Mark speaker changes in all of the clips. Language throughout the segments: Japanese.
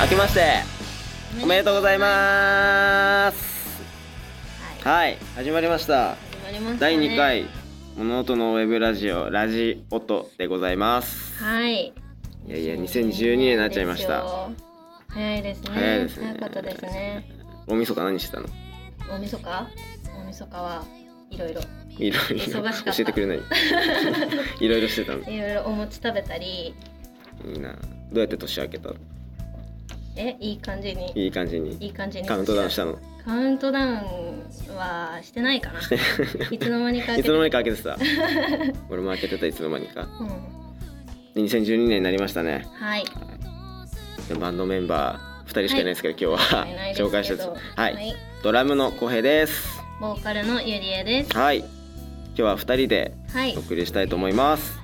Speaker 1: 明けましておめでとうございます
Speaker 2: は
Speaker 1: は
Speaker 2: い
Speaker 1: い始まりました
Speaker 2: 始まりましたね
Speaker 1: 第2回物音のウェブラジオラジオトでございます
Speaker 2: はい
Speaker 1: いやいや2012年になっちゃいました
Speaker 2: 早いですね
Speaker 1: 早いですね
Speaker 2: かったですね
Speaker 1: 大晦日何してたの
Speaker 2: 大晦日大晦日はいろいろ
Speaker 1: いろいろ
Speaker 2: 忙しかった
Speaker 1: 教えてくれない いろいろしてたの
Speaker 2: いろいろお餅食べたり
Speaker 1: いいなどうやって年明けた
Speaker 2: えいい感じに
Speaker 1: いい感じ
Speaker 2: い
Speaker 1: に
Speaker 2: い感じに
Speaker 1: カウントダウンしたの
Speaker 2: カウントダウンはしてな いかないつの間にか
Speaker 1: いつの間
Speaker 2: に
Speaker 1: にか開けてた俺も開けてたいつの間にか
Speaker 2: うん
Speaker 1: で2012年になりましたね
Speaker 2: はい
Speaker 1: でバンドメンバー2人しかいないですけど、今日は
Speaker 2: はいないですけど
Speaker 1: 紹介したやつはい、
Speaker 2: はい
Speaker 1: ドラムの小平です
Speaker 2: ボーカルのゆりえです
Speaker 1: はい今日は2人で
Speaker 2: はい
Speaker 1: お
Speaker 2: はい
Speaker 1: 送りしたいと思います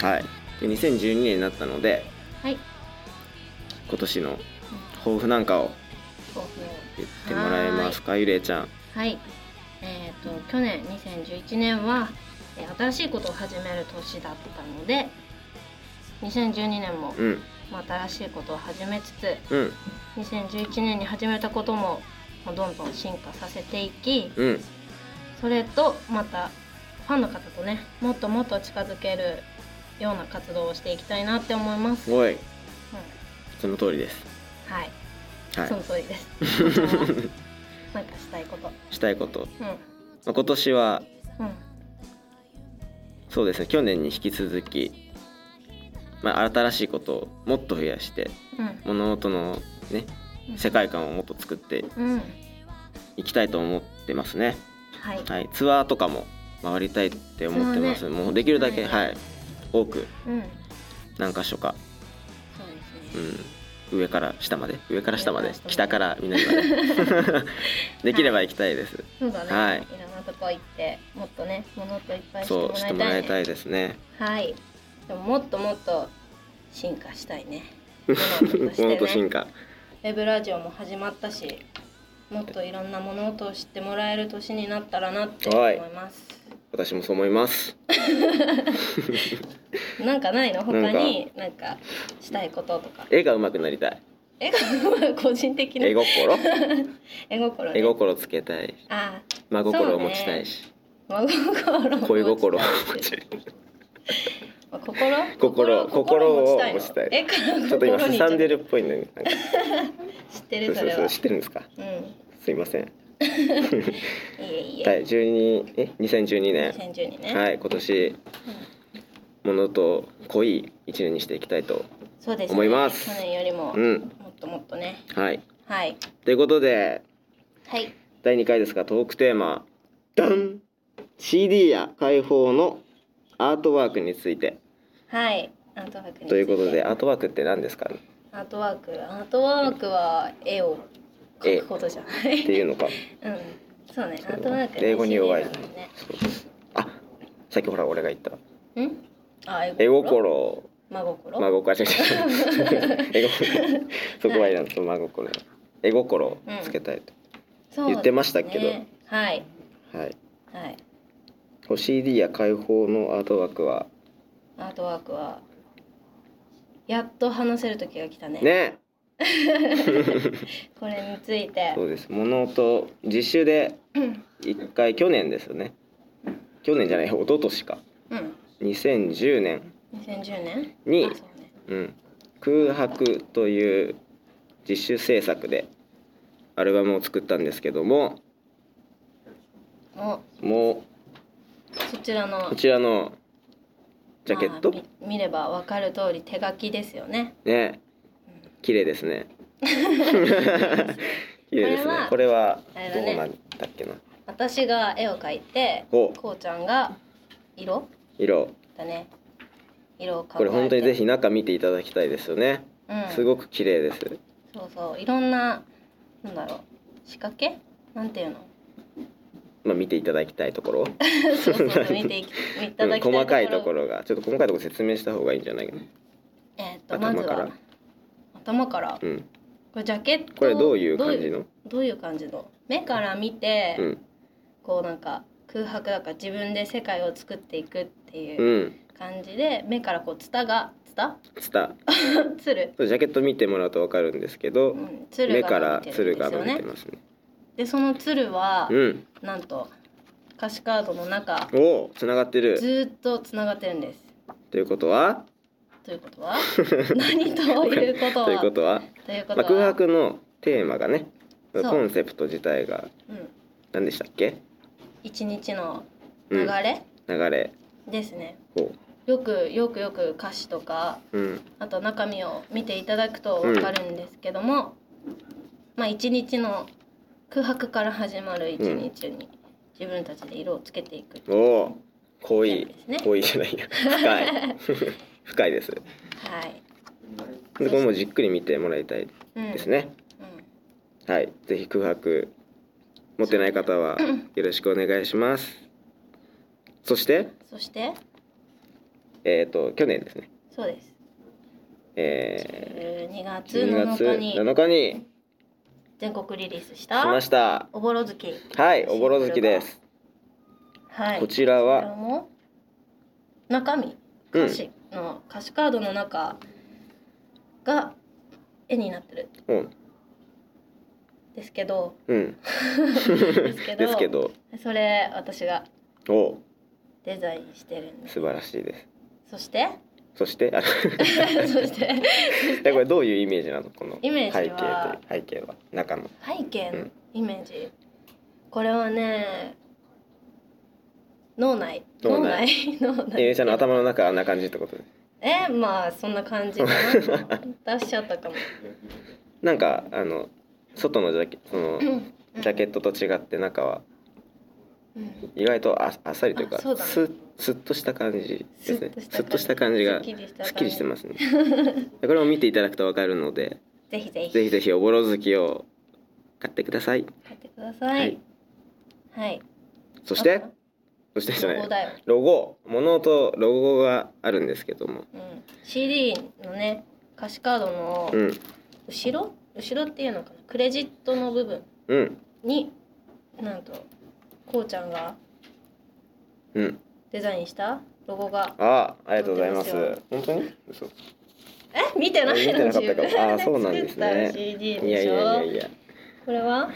Speaker 1: はいで2012年になったので
Speaker 2: はい
Speaker 1: 今年の抱負なんかを
Speaker 2: 抱負を
Speaker 1: 言ってもらえますかゆれいちゃん
Speaker 2: はい。えっ、と去年2011年はえー新しいことを始める年だったので、2012年も
Speaker 1: うん
Speaker 2: まあ新しいことを始めつつ、
Speaker 1: うん
Speaker 2: 2011年に始めたこともまあどんどん進化させていき、
Speaker 1: うん
Speaker 2: それとまたファンの方とね、もっともっと近づけるような活動をしていきたいなって思います。
Speaker 1: す
Speaker 2: うん、
Speaker 1: ごいその通りです
Speaker 2: はい、
Speaker 1: は
Speaker 2: その
Speaker 1: い
Speaker 2: 通 りです。なんかしたいこと。
Speaker 1: したいこと、
Speaker 2: うん、
Speaker 1: まあ、今年は
Speaker 2: うん、
Speaker 1: そうですね去年に引き続き、まあ、新しいことをもっと増やして
Speaker 2: うん
Speaker 1: 物音のね
Speaker 2: うん。
Speaker 1: 世界観をもっと作って
Speaker 2: うん、
Speaker 1: いきたいと思ってますね、
Speaker 2: はい。
Speaker 1: はい、ツアーとかも回りたいって思ってます、
Speaker 2: ツア
Speaker 1: もうできるだけ、
Speaker 2: は
Speaker 1: はいい、多く
Speaker 2: うん。
Speaker 1: 何箇所か、
Speaker 2: そうです
Speaker 1: う
Speaker 2: ね。
Speaker 1: ん、上から下まで上から下まで
Speaker 2: 上から下
Speaker 1: 北か
Speaker 2: まで
Speaker 1: ら南 までできれば行きたいです、
Speaker 2: そうだね。
Speaker 1: はい
Speaker 2: いろんなとこ行って、もっとね、ものといっぱいして
Speaker 1: そうしても
Speaker 2: もら
Speaker 1: ら
Speaker 2: い
Speaker 1: い
Speaker 2: た
Speaker 1: た
Speaker 2: い、ね。
Speaker 1: いですね
Speaker 2: はい。でも、もっともっと進化した いね。
Speaker 1: 物
Speaker 2: 物
Speaker 1: 音
Speaker 2: 音として
Speaker 1: 進
Speaker 2: ね。
Speaker 1: 化
Speaker 2: ウェブラジオも始まったし。もっといろんな物音を知ってもらえる年になったらなって思います。
Speaker 1: 私もそう思います
Speaker 2: なんかないの、他
Speaker 1: なんか
Speaker 2: に、なんかしたいこととか。
Speaker 1: 絵が上手くなり たい
Speaker 2: 絵が 個人的な
Speaker 1: 絵心
Speaker 2: 絵心、ね。
Speaker 1: 絵心つけたい
Speaker 2: ああ、
Speaker 1: 真心を持ちたいし、
Speaker 2: 真心。
Speaker 1: 恋 心を持ち
Speaker 2: ちた
Speaker 1: た
Speaker 2: い
Speaker 1: い
Speaker 2: あ心
Speaker 1: 心心を
Speaker 2: 持
Speaker 1: 持
Speaker 2: ち
Speaker 1: ち
Speaker 2: た
Speaker 1: た
Speaker 2: い
Speaker 1: い
Speaker 2: の絵から
Speaker 1: ちょっと今
Speaker 2: 心
Speaker 1: す
Speaker 2: に
Speaker 1: さんでるっぽいのに なんか
Speaker 2: 知って
Speaker 1: そ
Speaker 2: る
Speaker 1: うそう
Speaker 2: それ
Speaker 1: そ
Speaker 2: は
Speaker 1: う知ってるんですか
Speaker 2: うん
Speaker 1: すいません
Speaker 2: いえいえ、
Speaker 1: 第12え2012年
Speaker 2: 2012年、
Speaker 1: はい今年ものと濃い一年にしていきたいと
Speaker 2: そうですね
Speaker 1: 思います
Speaker 2: 去年よりも、
Speaker 1: うん
Speaker 2: もっともっとね
Speaker 1: はい
Speaker 2: はい
Speaker 1: ということで
Speaker 2: はい
Speaker 1: 第2回ですがトークテーマダン CD や解放のアートワークについて
Speaker 2: はいアートワークにつて
Speaker 1: ということでアートワークって何ですかっ
Speaker 2: アートワークアートワークは絵を描くことじゃな
Speaker 1: て
Speaker 2: い
Speaker 1: いうのか
Speaker 2: うんそうねアートワークね
Speaker 1: 英語に弱い
Speaker 2: シリーズだもんね
Speaker 1: あさっきほら俺が言った
Speaker 2: うんあ
Speaker 1: 絵心を
Speaker 2: 真心
Speaker 1: 真心あ違う違う絵心そこはいらんと真心絵心をつけたいと、
Speaker 2: そう
Speaker 1: 言ってましたけど
Speaker 2: ですねはい
Speaker 1: はい
Speaker 2: はい
Speaker 1: こう CD や解放のアートワークは
Speaker 2: アートワークはやっと話せる時が来たね
Speaker 1: ね
Speaker 2: これについて
Speaker 1: そうです物音実習で一回去年ですよね去年じゃない一昨年か
Speaker 2: うん
Speaker 1: 2010年
Speaker 2: 2010年
Speaker 1: に
Speaker 2: あそうね
Speaker 1: うん空白という実習制作でアルバムを作ったんですけども
Speaker 2: お
Speaker 1: も
Speaker 2: そちらの
Speaker 1: うこちらのジャケット
Speaker 2: まあみ見ればわかる通り手書きです よね
Speaker 1: ね綺麗です ね綺麗ですねこ
Speaker 2: こ
Speaker 1: れは
Speaker 2: あれだ
Speaker 1: どう
Speaker 2: ね
Speaker 1: なんだっけな
Speaker 2: 私が絵を描いて
Speaker 1: お
Speaker 2: こうちゃんが色
Speaker 1: 色
Speaker 2: だね色を考えて
Speaker 1: これ本当にぜひ中見ていただきたいですよね
Speaker 2: うん、
Speaker 1: すごく綺麗です
Speaker 2: そうそういろんななんだろう仕掛けなんていう の
Speaker 1: まあ見ていただきたいところ
Speaker 2: そうそうそう見ていき見ていただきたいとこ
Speaker 1: うん
Speaker 2: ろ
Speaker 1: 細かいところがちょっと細かいところ説明した方がいいんじゃないかな
Speaker 2: えーっとまず
Speaker 1: 頭から
Speaker 2: は頭から
Speaker 1: うん
Speaker 2: これジャケット
Speaker 1: これどういう感じ
Speaker 2: どう
Speaker 1: の
Speaker 2: どういう感じの目から見て、
Speaker 1: うん
Speaker 2: こうなんか空白だから自分で世界を作っていくっていううん感じで、目からこうツタがツた
Speaker 1: ツタ
Speaker 2: 鶴、
Speaker 1: ジャケット見てもらうと分かるんですけど
Speaker 2: うん、
Speaker 1: 目
Speaker 2: 鶴
Speaker 1: か
Speaker 2: が
Speaker 1: ら
Speaker 2: 伸びてる
Speaker 1: 鶴
Speaker 2: んで
Speaker 1: が
Speaker 2: す
Speaker 1: 伸
Speaker 2: よ
Speaker 1: び
Speaker 2: ね
Speaker 1: てますね
Speaker 2: でその鶴は
Speaker 1: うん
Speaker 2: なんと歌詞カードの中
Speaker 1: おおつながって
Speaker 2: ず
Speaker 1: る
Speaker 2: ーっとつながってるんです
Speaker 1: ということは
Speaker 2: という ことは何ということは
Speaker 1: ということは、
Speaker 2: という
Speaker 1: ま
Speaker 2: こ
Speaker 1: あ、
Speaker 2: と
Speaker 1: 空
Speaker 2: は、
Speaker 1: 白のテーマがね
Speaker 2: そう
Speaker 1: コンセプト自体が
Speaker 2: うん、
Speaker 1: 何でしたっけ、
Speaker 2: 一日の
Speaker 1: う
Speaker 2: 流
Speaker 1: ん、
Speaker 2: れ
Speaker 1: 流れ
Speaker 2: ですね、
Speaker 1: こ
Speaker 2: よくよくよく歌詞とか
Speaker 1: う、うん、
Speaker 2: あと中身を見ていただくと分かるんですけども、まあ一日の空白から始まる一日に自分たちで色をつけていく、
Speaker 1: おお濃い
Speaker 2: そうですね
Speaker 1: 濃いじゃないや深い 深いです
Speaker 2: はい、
Speaker 1: でこれもじっくり見てもらいたい
Speaker 2: うん
Speaker 1: ですね、
Speaker 2: う
Speaker 1: はいぜひ空白持ってない方 はよろしくお願いしますそして
Speaker 2: ん、そして
Speaker 1: えっ、と去年ですね
Speaker 2: そうです
Speaker 1: え
Speaker 2: 12
Speaker 1: ー、
Speaker 2: 月
Speaker 1: 12
Speaker 2: 7
Speaker 1: 月
Speaker 2: 日に
Speaker 1: 7日にし
Speaker 2: 全国リリースした
Speaker 1: ました
Speaker 2: おぼろ月
Speaker 1: はいおぼろ月です
Speaker 2: はい
Speaker 1: こちら
Speaker 2: こちら
Speaker 1: は
Speaker 2: も中身
Speaker 1: うん
Speaker 2: 歌詞の歌詞カードの中が絵になってる
Speaker 1: うん
Speaker 2: んですけど
Speaker 1: うん
Speaker 2: ですけど
Speaker 1: ですけど
Speaker 2: それ私が
Speaker 1: おう
Speaker 2: デザインしてるんです
Speaker 1: 素晴らしいです
Speaker 2: そして
Speaker 1: そして あ
Speaker 2: そして
Speaker 1: えこれどういうイメージなのこの
Speaker 2: イ
Speaker 1: 背
Speaker 2: メ
Speaker 1: 景とい
Speaker 2: ージ
Speaker 1: う
Speaker 2: は
Speaker 1: 背景は中の
Speaker 2: 背景
Speaker 1: う
Speaker 2: の
Speaker 1: ん
Speaker 2: イメージこれはね脳内
Speaker 1: 脳
Speaker 2: 脳
Speaker 1: 内
Speaker 2: 内脳内
Speaker 1: えゆうちゃんの頭の中はあんな感じってことで
Speaker 2: えまあそんな感じ かな出しちゃったかも
Speaker 1: なんかあの外のジャケその
Speaker 2: うんうん
Speaker 1: ジャケットと違って中は
Speaker 2: うん
Speaker 1: 意外とああっさりというか
Speaker 2: あそうだね
Speaker 1: すすっとした感じですねす
Speaker 2: ス
Speaker 1: っとした感じが
Speaker 2: すっきりした感じ
Speaker 1: すっきりしてますね これも見ていただくとわかるので
Speaker 2: ぜひぜひ
Speaker 1: ぜひぜひおぼろ月を買ってください
Speaker 2: 買ってくださいはい
Speaker 1: そして
Speaker 2: あ
Speaker 1: そしてじゃな
Speaker 2: ここ
Speaker 1: い
Speaker 2: だよ、
Speaker 1: ロゴ物とロゴがあるんですけども
Speaker 2: うん、CD のね歌詞カードの
Speaker 1: うん
Speaker 2: 後ろ、後ろっていうのかなクレジットの部分
Speaker 1: うん
Speaker 2: になんとこうちゃんが
Speaker 1: うん
Speaker 2: デザインしたロゴが
Speaker 1: ああありがとうございます
Speaker 2: 載って
Speaker 1: 本当に嘘い
Speaker 2: え見てないの
Speaker 1: 見てなかったかも
Speaker 2: 自分
Speaker 1: あそうなんですね
Speaker 2: 作った CD でしょ
Speaker 1: やいやいやいや
Speaker 2: これは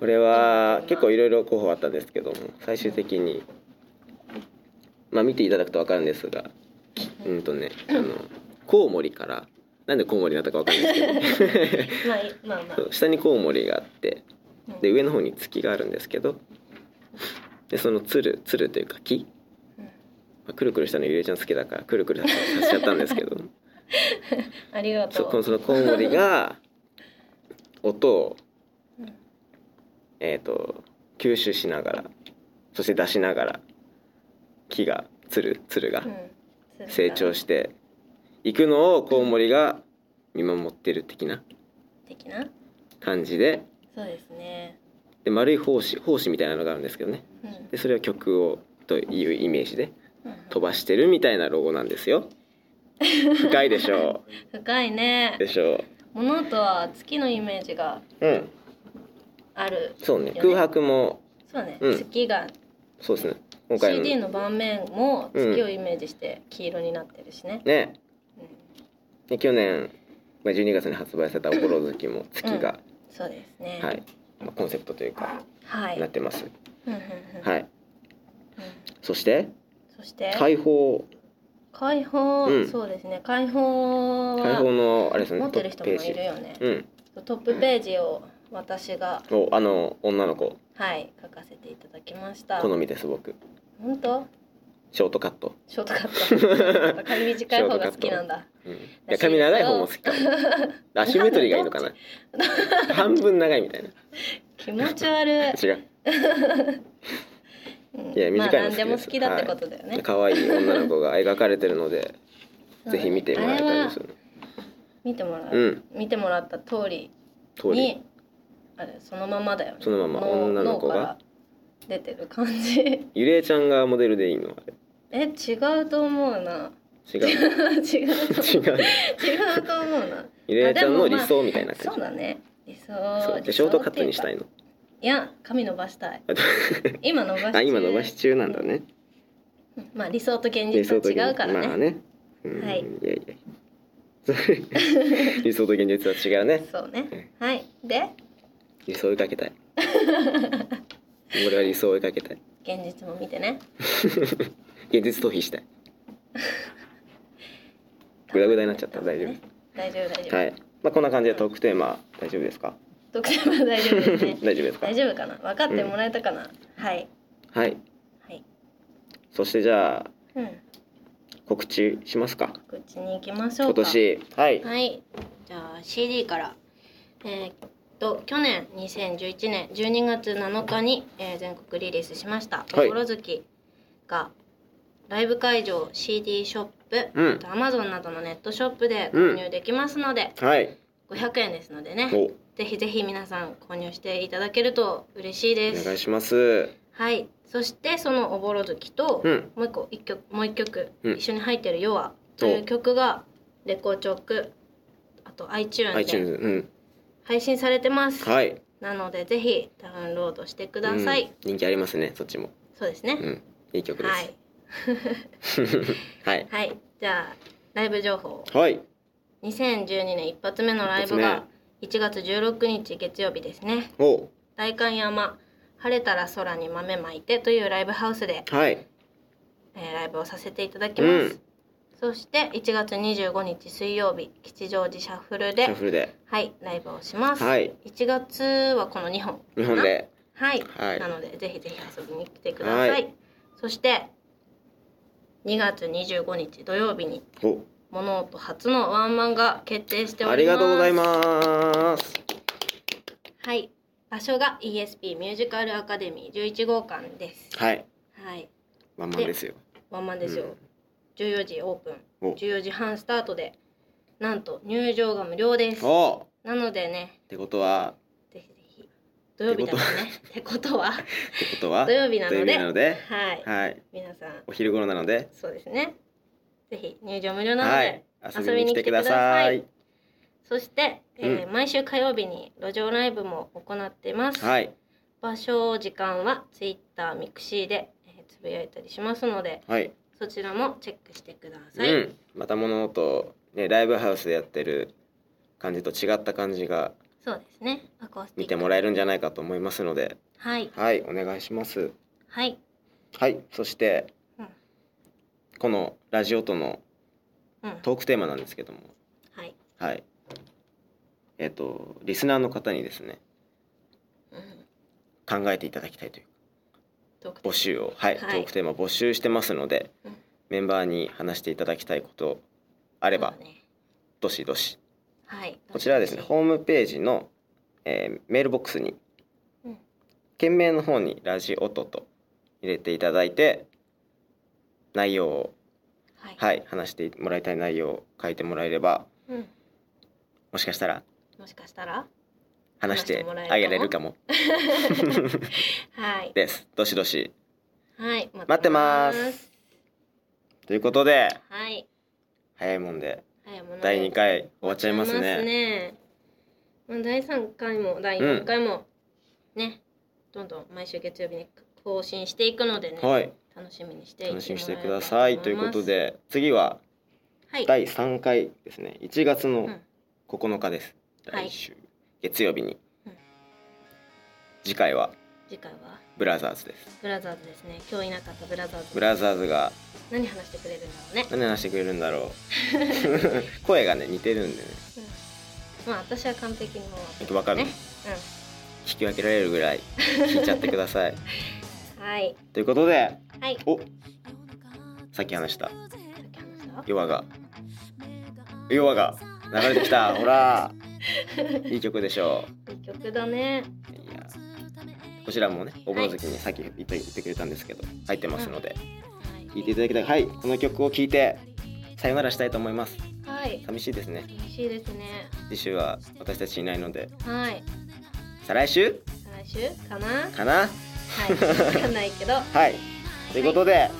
Speaker 1: これは結構いろいろ候補あったんですけども最終的にまあ見ていただくと分かるんですがうんとねあのコウモリからなんでコウモリになったか分かんないですけど
Speaker 2: まあいまあまあ
Speaker 1: そう 下にコウモリがあって
Speaker 2: うん
Speaker 1: で上の方に月があるんですけどでその鶴鶴というか木、
Speaker 2: うん
Speaker 1: まあ、くるくるしたのゆえちゃん好きだからくるくるさせちゃったんですけど
Speaker 2: ありがと
Speaker 1: そうこのそのコウモリが音を
Speaker 2: うん
Speaker 1: えー、と吸収しながらそして出しながら木が鶴鶴が
Speaker 2: うん
Speaker 1: 成長していくのをコウモリが見守ってる的な
Speaker 2: 的な
Speaker 1: 感じで
Speaker 2: そうですね
Speaker 1: で丸い胞子胞子みたいなのがあるんですけどね
Speaker 2: うん
Speaker 1: でそれを曲をというイメージで
Speaker 2: うん
Speaker 1: 飛ばしてるみたいなロゴなんですよ。深いでしょ
Speaker 2: 深いう ね
Speaker 1: でしょ
Speaker 2: 物とは月のイメージが
Speaker 1: う。うん
Speaker 2: ある
Speaker 1: そうね空白も
Speaker 2: そうね、
Speaker 1: うん
Speaker 2: 月が
Speaker 1: そうですね今回
Speaker 2: CD
Speaker 1: の
Speaker 2: の盤面も月をイメージして黄色になってるしね、
Speaker 1: ね
Speaker 2: うん
Speaker 1: で去年まあ12月に発売された「おぼろ月」も月が、
Speaker 2: そうですね
Speaker 1: はいまあ、コンセプトというか
Speaker 2: はい
Speaker 1: なってます、
Speaker 2: うんうんうん
Speaker 1: はい、
Speaker 2: うん
Speaker 1: そして
Speaker 2: そして
Speaker 1: 開放
Speaker 2: 開放、
Speaker 1: うん
Speaker 2: そうですね開放
Speaker 1: 開放
Speaker 2: は
Speaker 1: のあれですよね
Speaker 2: 持ってる人も
Speaker 1: ペー
Speaker 2: い
Speaker 1: ジ
Speaker 2: るよね
Speaker 1: うん
Speaker 2: トップページを私が
Speaker 1: おあの女の子
Speaker 2: はい書かせていただきました
Speaker 1: 好みです僕
Speaker 2: 本当
Speaker 1: ショートカット、
Speaker 2: ショートカ ット髪短い方が好きなんだ
Speaker 1: うん、いや髪長い方も好きかもアシンメトリーがいいのかな半分長いみたいな
Speaker 2: 気持ち悪い、
Speaker 1: 違う
Speaker 2: うん
Speaker 1: いや
Speaker 2: まあ
Speaker 1: 短いの好きです
Speaker 2: 何でも好きだってことだよね、
Speaker 1: 可愛い女の子が描かれてるので
Speaker 2: そう
Speaker 1: ぜひ見てもらいたいです
Speaker 2: あれは
Speaker 1: よね
Speaker 2: 見てもらう、
Speaker 1: うん
Speaker 2: 見てもらった通り
Speaker 1: 通り
Speaker 2: にあれそのままだよね
Speaker 1: そのまま女の子
Speaker 2: 脳から
Speaker 1: が
Speaker 2: 出てる感じ
Speaker 1: ゆりえちゃんがモデルでいいのあれ
Speaker 2: え違うと思うな
Speaker 1: 違
Speaker 2: 違
Speaker 1: う
Speaker 2: う違う
Speaker 1: 違う
Speaker 2: と思うな
Speaker 1: ゆりえちゃんの理想みたいな感
Speaker 2: そう
Speaker 1: じ、
Speaker 2: だね理想
Speaker 1: そう
Speaker 2: 理想
Speaker 1: でショートカットにした
Speaker 2: い
Speaker 1: いの
Speaker 2: いや髪伸ばしたい 今伸ばし
Speaker 1: あ
Speaker 2: 中
Speaker 1: 今伸ばし中なんだね
Speaker 2: うんまあ理想と現
Speaker 1: 理想
Speaker 2: 実
Speaker 1: 的に
Speaker 2: は違うからね
Speaker 1: まあねうん
Speaker 2: はい
Speaker 1: いやいやいや 理想と現実は違うね
Speaker 2: そうねはいで
Speaker 1: 理想を追いかけ たい俺は理想を追いかけたい
Speaker 2: 現実も見てね
Speaker 1: 現実逃避したいグダグダになっちゃった大丈夫
Speaker 2: ね大丈夫大丈夫、
Speaker 1: はいまあこんな感じでトークテーマ大丈夫ですか
Speaker 2: 特典は大丈夫ですね
Speaker 1: 大丈夫ですか
Speaker 2: 大丈夫かな分かってもらえたかな、はい
Speaker 1: はい
Speaker 2: はい
Speaker 1: そしてじゃあ
Speaker 2: うん
Speaker 1: 告知しますか
Speaker 2: こっちに行きましょう
Speaker 1: 今
Speaker 2: か
Speaker 1: 年はい
Speaker 2: はいじゃあ CD からえーっと去年2011年12月7日に、えー全国リリースしました「
Speaker 1: はい
Speaker 2: 心月」がライブ会場 CD ショップ、
Speaker 1: うん
Speaker 2: あと Amazon などのネットショップで購入できますので、
Speaker 1: はい
Speaker 2: 500円ですのでね
Speaker 1: お
Speaker 2: ぜひぜひ皆さん購入していただけると嬉しいで
Speaker 1: お
Speaker 2: す
Speaker 1: 願いします
Speaker 2: はいそしてその「おぼろ月と」
Speaker 1: うん
Speaker 2: もう一個一曲もう一曲、
Speaker 1: うん
Speaker 2: 一緒に入ってる「ヨア」という曲がレコチョクあと iTunes で
Speaker 1: iTunes うん
Speaker 2: 配信されてます、
Speaker 1: はい
Speaker 2: なのでぜひダウンロードしてくださ
Speaker 1: う
Speaker 2: い、
Speaker 1: ん人気ありますねそっちも
Speaker 2: そうです
Speaker 1: う
Speaker 2: ね、
Speaker 1: んいい曲で
Speaker 2: はい
Speaker 1: すはい
Speaker 2: はいじゃあライブ情報
Speaker 1: はい
Speaker 2: 2012年一発目のライブが1月16日月曜日ですね
Speaker 1: お
Speaker 2: 代官山晴れたら空に豆まいてというライブハウスで、
Speaker 1: はい
Speaker 2: えーライブをさせていただきます、
Speaker 1: うん
Speaker 2: そして1月25日水曜日吉祥寺シャッフル
Speaker 1: シ
Speaker 2: で
Speaker 1: ャッフルで
Speaker 2: はいライブをします、
Speaker 1: はい
Speaker 2: 1月はこの2本
Speaker 1: 日本で
Speaker 2: はい、
Speaker 1: はい
Speaker 2: なのでぜひぜひ遊びに来てください、
Speaker 1: はい
Speaker 2: そして2月25日土曜日に
Speaker 1: お
Speaker 2: 物音初のワンマンが決定してお
Speaker 1: あ
Speaker 2: り
Speaker 1: り
Speaker 2: ます
Speaker 1: がとうございます
Speaker 2: すはい場所が ESP ミュージカルアカデミー11号館です
Speaker 1: はい
Speaker 2: はい
Speaker 1: ワンマンですよ
Speaker 2: ワンマンですよ、
Speaker 1: うん
Speaker 2: 14時オープン
Speaker 1: お
Speaker 2: 14時半スタートでなんと入場が無料です
Speaker 1: おっ
Speaker 2: なのでね
Speaker 1: てことは
Speaker 2: ぜひぜひ土曜日だからねってことは
Speaker 1: ってことは
Speaker 2: 土曜日なの
Speaker 1: 土曜
Speaker 2: で
Speaker 1: 日なので
Speaker 2: はい、
Speaker 1: はい
Speaker 2: 皆さん
Speaker 1: お昼頃なので
Speaker 2: そうですね。ぜひ入場無料なので、
Speaker 1: はい遊びに来てください
Speaker 2: そして、えー毎週火曜日に路上ライブも行ってます。
Speaker 1: はい
Speaker 2: 場所時間はツイッターミクシーで、えーつぶやいたりしますので、
Speaker 1: はい
Speaker 2: そちらもチェックしてください。
Speaker 1: うんまた物音ねライブハウスでやってる感じと違った感じが
Speaker 2: そうですね。アコースティック。
Speaker 1: 見てもらえるんじゃないかと思いますので
Speaker 2: はい
Speaker 1: はいお願いします
Speaker 2: はい。
Speaker 1: はいそして
Speaker 2: うん
Speaker 1: このラジオとの
Speaker 2: うん。
Speaker 1: トークテーマなんですけども
Speaker 2: はい。
Speaker 1: はいえっ、とリスナーの方にですね
Speaker 2: うん
Speaker 1: 考えていただきたいという
Speaker 2: トークテ
Speaker 1: 募
Speaker 2: ーマ
Speaker 1: 集を、はい
Speaker 2: はい
Speaker 1: トークテーマ募集してますので、
Speaker 2: うん
Speaker 1: メンバーに話していただきたいことあれば、
Speaker 2: そうね
Speaker 1: どしどし
Speaker 2: はい。
Speaker 1: こちらはですねホームページの、えーメールボックスに、
Speaker 2: うん
Speaker 1: 件名の方に「ラジオト」と入れていただいて内容を、
Speaker 2: はい。
Speaker 1: はい、話してもらいたい内容を書いてもらえれば
Speaker 2: うん。
Speaker 1: もしかしたら
Speaker 2: もしかしたら。
Speaker 1: 話し
Speaker 2: 話して
Speaker 1: て
Speaker 2: もらえる
Speaker 1: あげられるかも
Speaker 2: はい。
Speaker 1: ですどしどし
Speaker 2: はい。
Speaker 1: 待ってます。ということで
Speaker 2: はい。
Speaker 1: 早いもんで
Speaker 2: はい。もう
Speaker 1: 第2回終わっちゃいます
Speaker 2: あ
Speaker 1: ね
Speaker 2: りまあ、第3回も第4回も、ねどんどん毎週月曜日に更新していくのでね、
Speaker 1: はい
Speaker 2: 楽しみにしてい
Speaker 1: 楽しみにしてくださいということ、で次は
Speaker 2: はい、
Speaker 1: 第3回ですね1月の、
Speaker 2: うん
Speaker 1: 9日です
Speaker 2: はい
Speaker 1: 来週、月曜日に、
Speaker 2: うん
Speaker 1: 次回は
Speaker 2: 次回は
Speaker 1: ブラザーズです
Speaker 2: ブラザーズですね今日いなかったブラザーズ
Speaker 1: ブラザーズが
Speaker 2: 何話してくれるんだろうね、
Speaker 1: 何話してくれるんだろ う声がね似てるんでね
Speaker 2: うんまあ私は完璧にもう
Speaker 1: わかる
Speaker 2: ね、
Speaker 1: 引き分けられるぐらい聞いちゃってくだ さい
Speaker 2: うん、はい
Speaker 1: ということで
Speaker 2: はい
Speaker 1: おさっき話した
Speaker 2: さっき話した
Speaker 1: ヨアがヨアが流れてきたほ らいい曲でしょ
Speaker 2: いい曲だね
Speaker 1: ういやこちらもねおぼろ月にさっき言って言ってくれたんですけど入ってますので聴いていただきたいはいこの曲を聴いてさよならしたいと思います
Speaker 2: はい、はい、
Speaker 1: 寂しいですね
Speaker 2: 寂しいですね
Speaker 1: 次週は私たちいないので
Speaker 2: はい
Speaker 1: 再来週
Speaker 2: 来週 かな
Speaker 1: かな
Speaker 2: はい、わかんないけど。は
Speaker 1: はいということで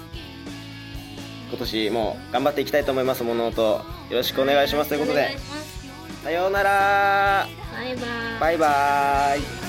Speaker 1: 今年も頑張っていきたいと思います物音よろしくお願いしますということ
Speaker 2: お願
Speaker 1: で
Speaker 2: いします
Speaker 1: さようなら
Speaker 2: バイバイ。
Speaker 1: バイバイ